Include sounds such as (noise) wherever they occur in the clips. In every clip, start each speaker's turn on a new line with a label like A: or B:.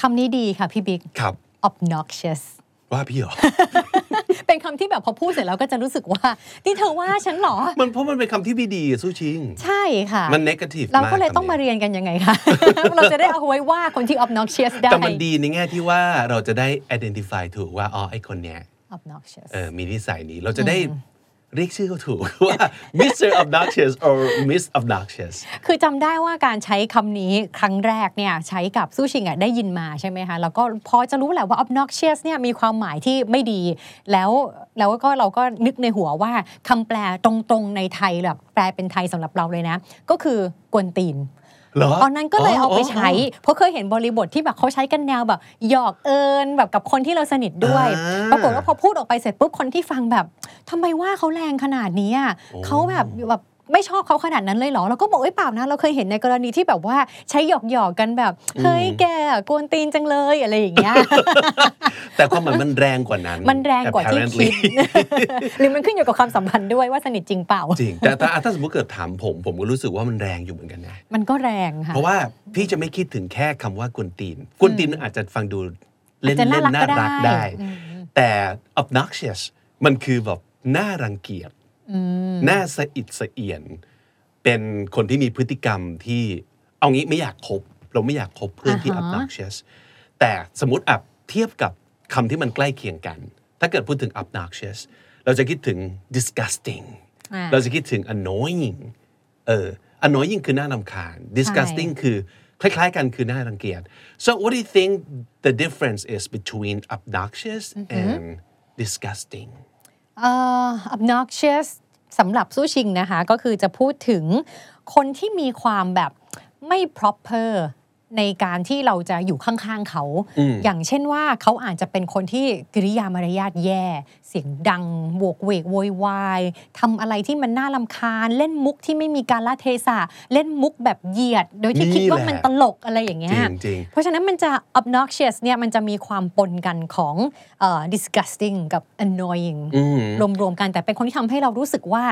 A: คำนี้ดีค่ะพี่บิ๊ก
B: ครับ
A: obnoxious
B: ว่าพี่เหรอ
A: เป็นคำที่แบบพอพูดเสร็จแล้วก็จะรู้สึกว่านี่เธอว่าฉันเหรอ
B: (laughs) มันเพราะมันเป็นคำที่ไม่ดีอะสู้ชิง
A: ใช่ค่ะ
B: มันเนกาทีฟ
A: เราก็เลยต้องมาเรียนกันยังไงคะ เราจะได้เอาไว้ว่าคนที่ obnoxious ได้
B: แต่มันดีในแง่ที่ว่าเราจะได้ identify ถูกว่าอ๋อไอคนเนี้ย
A: obnoxious
B: เออมีนิสัยนี้เราจะได้เรียกชื่อเขาถูก (laughs) ว่า Mr. Obnoxious or Miss Obnoxious
A: คือจำได้ว่าการใช้คำนี้ครั้งแรกเนี่ยใช้กับสู้ชิงอะได้ยินมาใช่ไหมคะ แล้วก็พอจะรู้แหละว่า obnoxious เนี่ยมีความหมายที่ไม่ดี แล้วแล้วก็เราก็นึกในหัวว่าคำแปลตรงๆในไทยแบบแปลเป็นไทยสำหรับเราเลยนะ ก็คือกวนตีน
B: เหรอ
A: ตอนนั้นก็เลยเอาไปใช้
B: อ๋อ
A: เพราะเคยเห็นบริบทที่แบบเขาใช้กันแนวแบบหยอกเอิญแบบกับคนที่เราสนิทด้วยป
B: อ่า
A: รากฏว่าพอพูดออกไปเสร็จปุ๊บคนที่ฟังแบบทำไมว่าเขาแรงขนาดนี้อะ
B: โอ้
A: เขาแบบแบบไม่ชอบเขาขนาดนั้นเลยเหรอเราก็บอกเอ้ยเปล่านะ เราเคยเห็นในกรณีที่แบบว่าใช้หยอกหยอกๆกันแบบ เฮ้ยแกอะกวนตีนจังเลยอะไรอย่าง
B: (laughs)
A: เงี้ย
B: อ๋อแต่ความหมายมันแรงกว่านั้น
A: มันแรงกว่าที่คิ
B: apparently
A: ด (laughs) หรือมันขึ้นอยู่กับความสัมพันธ์ด้วยว่าสนิทจริงเปล่า
B: (laughs) จริง แต่แต่ถ้าสมมติเกิดถามผมผมก็รู้สึกว่ามันแรงอยู่เหมือนกันนะ
A: มันก็แรงค่ะ
B: เพราะว่าพี่จะไม่คิดถึงแค่คำว่ากวนตีนกวนตีนมันอาจจะฟังดูเล่น
A: อาจจะ
B: เล่น
A: น่า
B: น่า
A: รั
B: รั
A: ก
B: ก
A: ก็ได้
B: ได้
A: อืม
B: แต่ obnoxious มันคือแบบน่ารังเกียจน่าสะอิดสะเอียน เป็นคนที่มีพฤติกรรมที่เอางี้ไม่อยากคบ เราไม่อยากคบเพื่อนที่
A: อ่าฮะ
B: obnoxious แต่สมมติอับเทียบกับคำที่มันใกล้เคียงกัน ถ้าเกิดพูดถึง obnoxious เราจะคิดถึง disgusting
A: อ่า
B: เราจะคิดถึง annoying เออ annoying คือน่ารำคาญ disgusting คือ คล้ายๆกันคือน่ารังเกียจ so what do you think the difference is between obnoxious and disgusting
A: เอ่อ obnoxious สำหรับสู้ชิงนะคะ ก็คือจะพูดถึงคนที่มีความแบบไม่ proper ในการที่เราจะอยู่ข้างๆเขา อย่างเช่นว่าเขาอาจจะเป็นคนที่กริยามารยาทแย่ เสียงดังโหวกเวกโวยวายทำอะไรที่มันน่าลำคาญ เล่นมุกที่ไม่มีการละเทศะ เล่นมุกแบบเหยียด โดยที่คิดว่ามันตลกอะไรอย่างเงี้
B: จริ
A: ย
B: งจริง
A: เพราะฉะนั้นมันจะ obnoxious เนี่ยมันจะมีความปนกันของเอ่อ disgusting กับ annoying
B: อืม
A: รวมๆกันแต่เป็นคนที่ทำให้เรารู้สึกว่า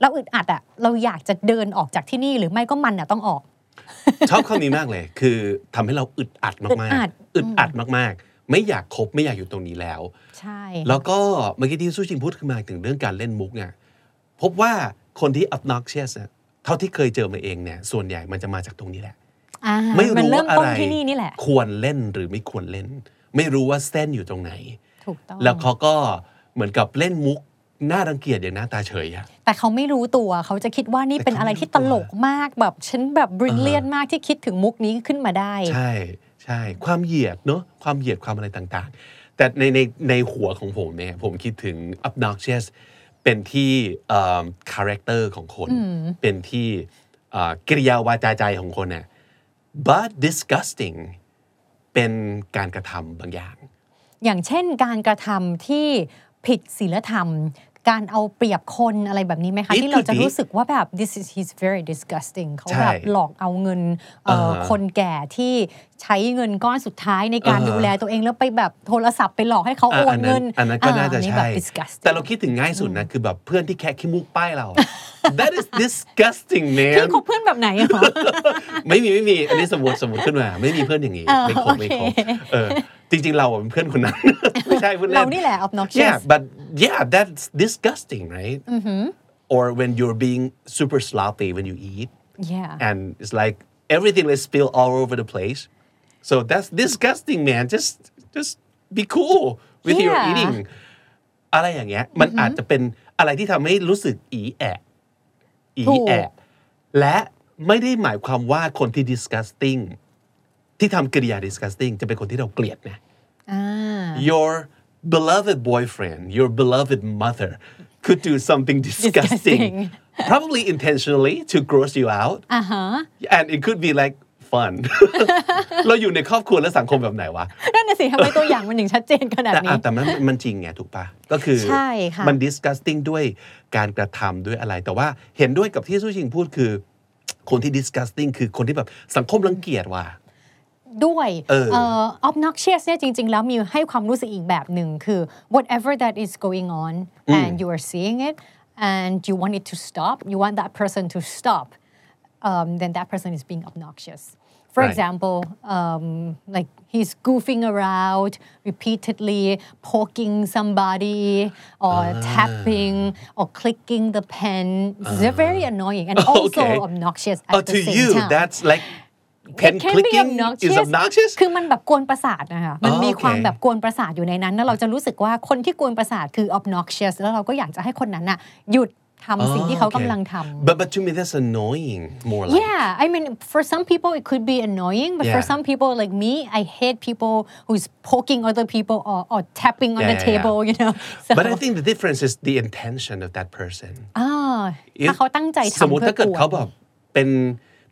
A: เราอึดอัดอะเราอยากจะเดินออกจากที่นี่หรือไม่ก็มันอะต้องออก
B: ชอบคำนี้มากเลย คือทำให้เราอึดอัดมาก
A: อึดอัด
B: ๆ อึดอัดมากๆ ไม่อยากคบไม่อยากอยู่ตรงนี้แล้ว
A: ใช่
B: แล้วก็เมื่อกี้ที่สู้ชิงพูดขึ้นมาถึงเรื่องการเล่นมุกเนี่ยพบว่าคนที่ obnoxious เนี่ยเท่าที่เคยเจอมาเองเนี่ยส่วนใหญ่มันจะมาจากตรงนี้แหละ
A: อ่า
B: ไม่รู้
A: มันเริ่ม
B: ว่าอะ
A: ต้น
B: ไร
A: ที่นี่นี่แหละ
B: ควรเล่นหรือไม่ควรเล่น ไม่รู้ว่าเส้นอยู่ตรงไหน
A: ถูกต้อง
B: แล้วเขาก็เหมือนกับเล่นมุกน่ารังเกียจอย่างหน้าตาเฉยอะ
A: แต่เขาไม่รู้ตัวเขาจะคิดว่านี่เป็นอะไรที่ตลกมากแบบฉันแบบบริเลียนมากที่คิดถึงมุกนี้ขึ้นมาได้
B: ใช่ใช่ความเหยียดเนอะความเหยียดความอะไรต่างๆ แต่ในในในหัวของผมเนี่ยผมคิดถึง obnoxious เป็นที่เอ่อ character ของคน เป็นที่เอ่อกิริยาวาจาใจของคนน่ะ but disgusting เป็นการกระทำบางอย่าง
A: อย่างเช่นการกระทำที่ผิดศีลธรรม การเอาเปรียบคนอะไรแบบนี้ไหมคะ
B: It
A: ที่เราจะ
B: could be
A: รู้สึกว่าแบบ this is he's very disgusting เขา
B: ใช่
A: แบบหลอกเอาเงินเอ่อ
B: อ่าฮะ
A: คนแก่ที่ใช้เงินก้อนสุดท้ายในการ
B: อ่าฮะ
A: ดูแลตัวเองแล้วไปแบบโทรศัพท์ไปหลอกให้เขาโอนเงิน
B: อันนั้นก็น่าจะ
A: อันนี้แบ
B: ใช่
A: บ disgusting
B: แต่เราคิดถึงง่ายสุดนะ คือแบบเพื่อนที่แค่ขี้มูกป้าย
A: (laughs)
B: เราอะ that is disgusting
A: เพื่อ
B: man
A: นคบเพื่อนแบบไหนอะคะ
B: (laughs) ไม่มี ไม่มี อันนี้สมมติสมมติขึ้นมา ไม่มีเพื่อนอย่างนี้
A: เออ
B: ไม่ครบไม่ครบ
A: โอเค
B: เออจริง ๆ เราอะเป็นเพื่อนคน (laughs) นั้น ไม่ใช่เพื่อนเล่
A: เรา
B: น
A: นี่แหละ
B: yeah
A: obnoxious
B: but yeah that's disgusting right or when you're being super sloppy when you eat
A: yeah
B: and it's like everything is spilled all over the place so that's disgusting man just just be cool with your
A: Yeah.
B: eating อะไรอย่างเงี้ยมันอาจจะเป็นอะไรที่ทำให้รู้สึกอีแอะ อี
A: ถูก
B: แอะและไม่ได้หมายความว่าคนที่ disgusting ที่ทำกริยา disgusting จะเป็นคนที่เราเกลียดนะ
A: อ่า
B: your beloved boyfriend your beloved mother could do something disgusting
A: Disgusting.
B: probably intentionally to gross you out
A: อ่าฮะ
B: and it could be like fun
A: (laughs)
B: เราอยู่ในครอบครัวและสังคมแบบไหนวะ
A: นั่นน่ะสิทำไมตัวอย่างมันถึงชัดเจนขนาด
B: แต่
A: นี้
B: อ่ะแต่มันมันจริงไงถูกปะก็คือ
A: ใช่ค่ะ
B: มัน disgusting ด้วยการกระทำด้วยอะไร แต่ว่าเห็นด้วยกับที่สู้ชิงพูดคือ คนที่ disgusting คือคนที่แบบสังคมรังเกียจว่ะ
A: ด้วย
B: เออ
A: เอ่อ obnoxious เนี่ยจริง ๆ แล้วมีให้ความรู้สึกอีกแบบหนึ่งคือ whatever that is going on and you are seeing it and you want it to stop you want that person to stop um, then that person is being obnoxious for
B: Right.
A: example um, like he's goofing around repeatedly poking somebody or tapping or clicking the pen it's very annoying and also
B: (laughs) Okay.
A: obnoxious at
B: Oh,
A: the
B: to
A: same
B: you,
A: time
B: that's like
A: It
B: pen
A: can be
B: clicking is obnoxious.
A: คือมันแบบกวนประสาทนะคะ มัน
B: อ๋อ
A: มีความ
B: โอเค
A: แบบกวนประสาทอยู่ในนั้น แล้วเราจะรู้สึกว่าคนที่กวนประสาทคือ obnoxious แล้วเราก็อยากจะให้คนนั้นน่ะหยุดทำสิ่งที่เขา
B: อ๋อโอเค
A: กำลังทำ
B: But but to me, that's annoying. More like
A: Yeah, I mean, for some people it could be annoying, but for
B: Yeah.
A: some people like me, I hate people who's poking other people or, or tapping on
B: Yeah,
A: the
B: yeah, yeah.
A: table, you know. So,
B: But I think the difference is the intention of that person.
A: อ่า
B: If-
A: ถ้าเขาตั้งใจ
B: สม
A: ทำ
B: มติ
A: เพื่
B: ถ้า
A: อ
B: เกิด
A: ว
B: เขา
A: น
B: แบบเป็น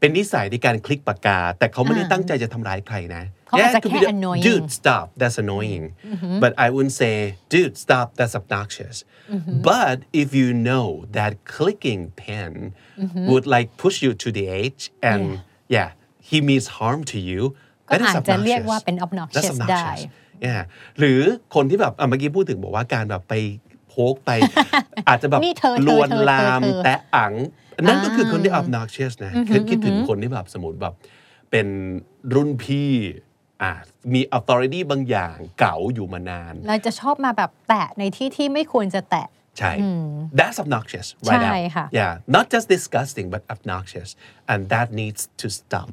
B: เป็นนิสัยในการคลิกปากกา แต่เขาไม่ได้
A: อ่า
B: ตั้งใจจะทำร้ายใครนะ
A: เขาอาจจะ
B: it could
A: แค่
B: be the-
A: annoying
B: Dude stop that's annoying but I wouldn't say dude stop that's obnoxious but if you know that clicking pen would like push you to the edge and yeah, he means harm to you
A: ก็
B: that is
A: อาจจะเรียก
B: obnoxious.
A: ว่าเป็น
B: That's
A: obnoxious ได้
B: obnoxious yeah หรือคนที่แบบอ่ะเมื่อกี้พูดถึงบอกว่าการแบบไปโพก
A: (laughs)
B: ไป อาจจะแบบ
A: นี่เธอเธอ
B: ลวน
A: เธอ
B: ลาม
A: เธอเธอ
B: แตะอัง นั่นก็คือคนที่ obnoxious นะคือคิดถึงคนที่แบบสมมติแบบเป็นรุ่นพี่อ่ะมี authority บางอย่างเก่าอยู่มานาน
A: เราจะชอบมาแบบแตะในที่ที่ไม่ควรจะแตะ
B: ใช่ that's obnoxious right
A: ใช่
B: now
A: ค่ะ
B: yeah not just disgusting but obnoxious and that needs to stop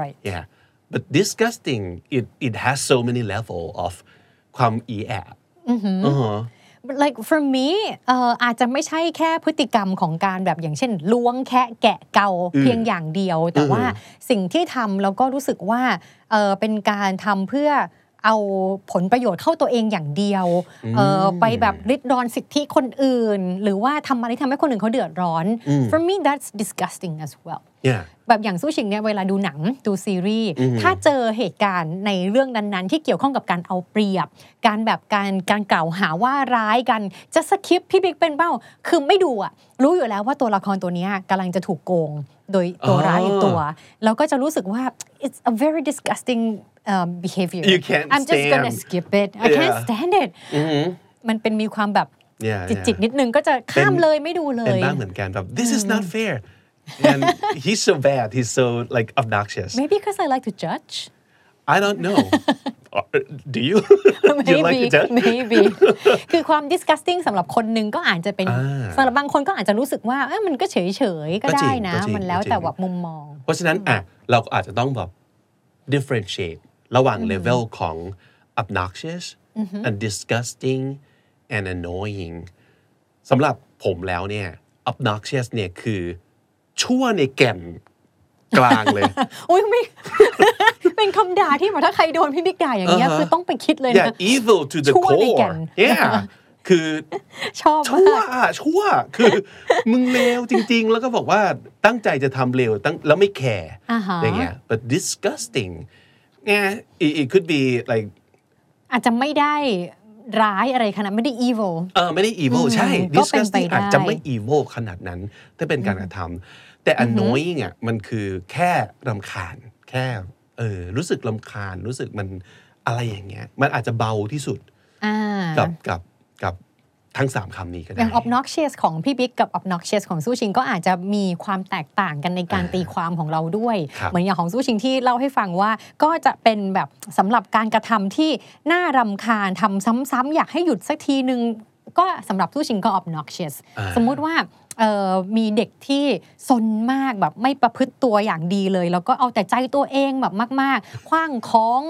A: right
B: yeah but disgusting it it has so many level of ความอีแอบ
A: like for me เอ่ออาจจะไม่ใช่แค่พฤติกรรมของการแบบอย่างเช่นล้วงแคะแกะเกาเพียงอย่างเดียว แต่ว่าสิ่งที่ทำแล้วก็รู้สึกว่าเอ่อเป็นการทำเพื่อเอาผลประโยชน์เข้าตัวเองอย่างเดียวเอ่อไปแบบริดรอนสิทธิคนอื่น หรือว่าทำอะไรที่ทำให้คนอื่นเขาเดือดร้อน for me that's disgusting as well
B: yeah
A: แบบอย่างสู้ชิงเนี่ยเวลาดูหนังดูซีรีส์ถ้าเจอเหตุการณ์ในเรื่องนั้นๆ ที่เกี่ยวข้องกับการเอาเปรียบ การแบบการการกล่าวหาว่าร้ายกันจะสคิปพี่บิ๊กเป็นเป้าคือไม่ดูอะรู้อยู่แล้วว่าตัวละครตัวเนี้ยกำลังจะถูกโกงโดยตัวร้ายอีกตัว แล้วก็จะรู้สึกว่า it's a very disgusting um, behavior
B: You can't
A: I'm just gonna
B: stand.
A: skip it I can't
B: Yeah.
A: stand it มันเป็นมีความแบบ
B: yeah
A: จิต
B: yeah.
A: จิตๆนิดนึงก็จะข้ามเลยไม่ดูเล
B: เป็น
A: ย
B: บ้างเหมือนกันแบบ this is
A: Hmm.
B: not fair
A: (laughs)
B: and he's so bad he's so like obnoxious
A: maybe because I like to judge
B: I don't
A: (laughs)
B: know Uh, do you (laughs) Do you like
A: maybe
B: it Jack? (laughs)
A: maybe คือความ disgusting สำหรับคนหนึงก็อาจจะเป็น
B: อ่า
A: สำหรับบางคนก็อาจจะรู้สึกว่าเอ้ยมันก็เฉยเฉยๆก็
B: ก็จริ
A: ได้
B: ง
A: นะ
B: ก็จริง
A: มันแล้ว
B: ก็จริง
A: แต่แบบมุมมอง (laughs)
B: เพราะฉะ
A: Hmm.
B: นั้นอ่ะเราก็อาจจะต้องแบบ differentiate ระหว่าง
A: Hmm.
B: level ของ obnoxious
A: Mm-hmm.
B: and disgusting and annoying สำหรับผมแล้วเนี่ย obnoxious เนี่ยคือชั่วในแก่นกลางเลย
A: (laughs) อุ้ยไม่ เป็นคำด่าที่แบบถ้าใครโดนพี่บิ๊กด่าอย่างเงี้ย
B: อ่าฮะ
A: คือต้องไปคิดเลยนะ
B: yeah evil to the
A: ชั่วในแก่
B: core
A: น
B: yeah
A: (laughs)
B: คือ
A: ชอบมา
B: ชั่ว
A: ก
B: อ่ะชั่วคือ มึงเลวจริง ๆ แล้วก็บอกว่าตั้งใจจะทำเลวตั้งแล้วไม่แคร์
A: อ่าฮะ
B: อย่างเงี้ย but disgusting เนี่ย it, it could be like
A: อาจจะไม่ได้ร้ายอะไรขนาดไม่ได้ evil
B: เออไม่ได้ evil ใช่
A: อืมก็เป็นไป
B: disgusting
A: ได้
B: อาจจะไม่ evil ขนาดนั้นแต่เป็นการกระทำแต่ annoying อ่ะมันคือแค่รำคาญ แค่เออรู้สึกรำคาญรู้สึกมันอะไรอย่างเงี้ย มันอาจจะเบาที่สุด
A: อ่า
B: กับกับกับทั้งสามคำนี้ก็
A: อ
B: ได้
A: ย่าง obnoxious ของพี่บิ๊กกับ obnoxious ของสู้ชิงก็อาจจะมีความแตกต่างกันในการตีความของเราด้วย
B: ครับ
A: เหมือนอย่างของสู้ชิงที่เล่าให้ฟังว่า ก็จะเป็นแบบสำหรับการกระทำที่น่ารำคาญทำซ้ำๆอยากให้หยุดสักทีหนึ่งก็สำหรับสู้ชิงก็ obnoxious สมมุติว่าเอ่อมีเด็กที่ซนมากแบบไม่ประพฤติตัวอย่างดีเลย แล้วก็เอาแต่ใจตัวเองแบบมาก ๆ คว้างของ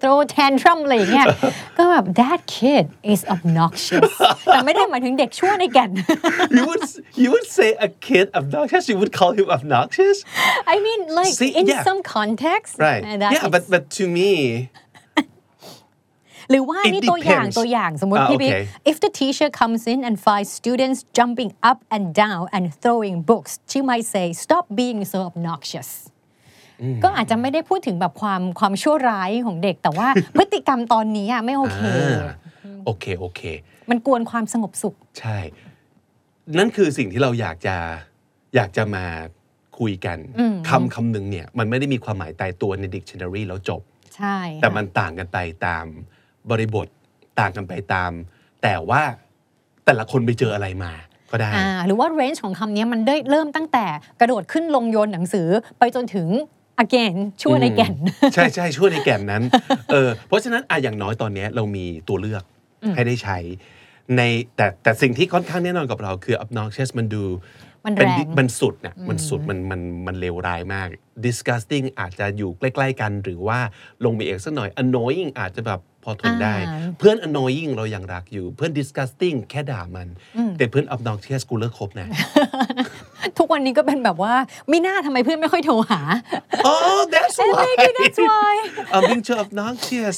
A: โตรแทนทรัมอะไรอย่างเงี้ย (laughs) ก็แบบ that kid is obnoxious (laughs) แต่ไม่ได้หมายถึงเด็กชั่วในแก่น (laughs)
B: you would you would say a kid obnoxious you would call him obnoxious
A: I mean like
B: See,
A: in
B: yeah.
A: some context
B: right
A: that
B: yeah
A: is-
B: but but to me
A: หรือว่า
B: It
A: นี่ตัวอย่าง
B: depends.
A: ตัวอย่างสมมติ
B: อ่า
A: พี่บิ๊ก
B: okay.
A: if the teacher comes in and finds students jumping up and down and throwing books she might say stop being so obnoxious ก็อาจจะไม่ได้พูดถึงแบบความความชั่วร้ายของเด็ก แต่ว่า (laughs) พฤติกรรมตอนนี้อะไม่โอเค
B: อ่าโอเค โอเค
A: มันกวนความสงบสุข
B: ใช่ นั่นคือสิ่งที่เราอยากจะอยากจะมาคุยกันคำคำหนึ่งเนี่ย มันไม่ได้มีความหมายตายตัวใน dictionary แล้วจบ
A: ใช่
B: แต่
A: ค่ะ
B: มันต่างกันไปตามบริบทต่างกันไปตาม แต่ว่าแต่ละคนไปเจออะไรมาก็ได้
A: อ่าหรือว่าเรนจ์ของคำนี้มันได้เริ่มตั้งแต่กระโดดขึ้นลงโยนหนังสือ ไปจนถึง again ชวน again (laughs)
B: ใช่ใช่ช่วยในแก่นนั้นเออเพราะฉะนั้นอะอย่างน้อยตอนเนี้ยเรามีตัวเลือก
A: อืม
B: ให้ได้ใช้ในแต่แต่สิ่งที่ค่อนข้างแน่นอนกับเราคือ obnoxious มันดู
A: มัน
B: เป็น
A: แร
B: ดิ
A: ง
B: มันสุดน่ะมันสุดมันมันมันเลวร้ายมาก disgusting อาจจะอยู่ใกล้ ๆ กัน หรือว่าลงไปเอกสักหน่อย annoying อาจจะแบบพอทนได้
A: อ่า
B: เพื่อน annoying เรายังรักอยู่เพื่อน disgusting แค่ด่ามัน แต่เพื่อน obnoxious กูเลิกคบ
A: (laughs)
B: นะ
A: ทุกวันนี้ก็เป็นแบบว่าไม่น่าทำไมเพื่อนไม่ค่อยโทรหา
B: oh that's
A: เอ้
B: why
A: ย that's why
B: I'm being too obnoxious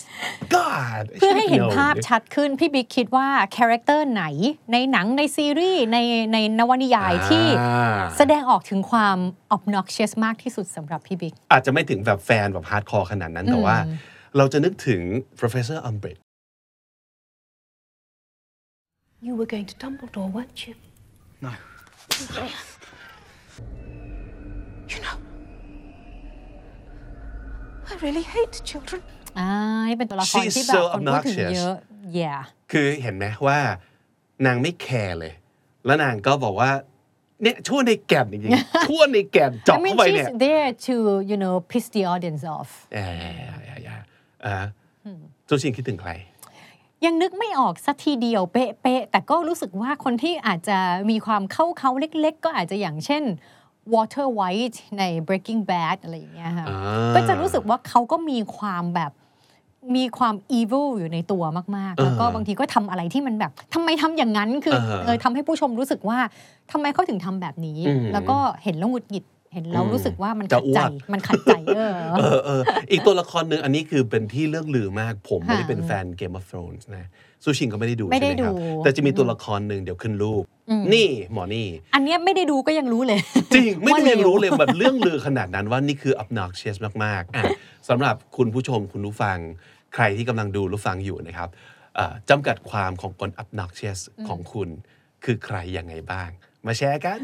B: God I
A: (laughs) เพื่อให้
B: should've
A: เห็น
B: known
A: ภาพชัดขึ้น พี่บิ๊กคิดว่าคาแรคเตอร์ไหน ในหนังในซีรีส์ ในในนวนิยายที่
B: อ่า
A: แสดงออกถึงความ obnoxious มากที่สุดสำหรับพี่บิ๊ก
B: อาจจะไม่ถึงแบบแฟนแบบ hardcore ขนาดนั้นแต่ว่า
A: อืม
B: เราจะนึกถึง professor Umbridge
C: You were going to Dumbledore, weren't you?
D: No.
C: You know, I really hate children.
A: อ่านี่เป็นตัวละคร
B: She's
A: ที่แบบ
B: so
A: คนพูดถึงเยอะ yeah
B: คือเห็นไหมว่านางไม่แคร์เลย แล้วนางก็บอกว่า เนี่ยชั่วในแก่นจริง
A: (laughs)
B: ๆ ชั่วในแก่นเจาะ
A: I mean
B: เข้าไปเนี่ย
A: she's there to you know piss the audience off
B: แอะแอะแอะอ่าจูชินคิดถึงใคร
A: ยังนึกไม่ออกสักทีเดียวเป๊ะๆแต่ก็รู้สึกว่าคนที่อาจจะมีความเข้าเขาเล็กๆ ก็อาจจะอย่างเช่น Water White ใน Breaking Bad อะไรอย่างเงี้ยค่ะ
B: อ่า
A: ก็จะรู้สึกว่าเขาก็มีความแบบมีความ evil อยู่ในตัวมากๆ แล้ว
B: เออบ
A: ก็างทีก็ทำอะไรที่มันแบบทำไมทำอย่างนั้นคือ
B: เออ
A: เออทำให้ผู้ชมรู้สึกว่าทำไมเขาถึงทำแบบนี้
B: อืม
A: แล้วก็เห็นแล้วหงุดหงิดเห็นแล้วรู้สึกว่ามันขั
B: จะ
A: ดใจ
B: อ้วก
A: มันขัดใจเออ
B: เออเอออีกตัวละครหนึ่งอันนี้คือเป็นที่เรื่องลือมาก ผมไม่ได้
A: ค่ะ
B: เป็นแฟน Game of Thrones นะซูชินก็ไม่ได้ดู
A: ไม่
B: ใช่
A: ได้
B: ไหมครับ
A: ดู
B: แต่จะมีตัวละครหนึ่งเดี๋ยวขึ้นรูป นี่หมอนี่
A: อันเนี้ยไม่ได้ดูก็ยังรู้เลย
B: จ (laughs) ริง ไม่ได้
A: ว่าเลว
B: เรียนรู้เลยแบบเรื่องลือขนาดนั้นว่านี่คือ obnoxious มากๆอ่ะสำหรับคุณผู้ชมคุณผู้ฟัง ใครที่กำลังดูหรือฟังอยู่นะครับเอ่อจำกัดความของคน obnoxious ของคุณ คือใครยังไงบ้าง มาแชร์กัน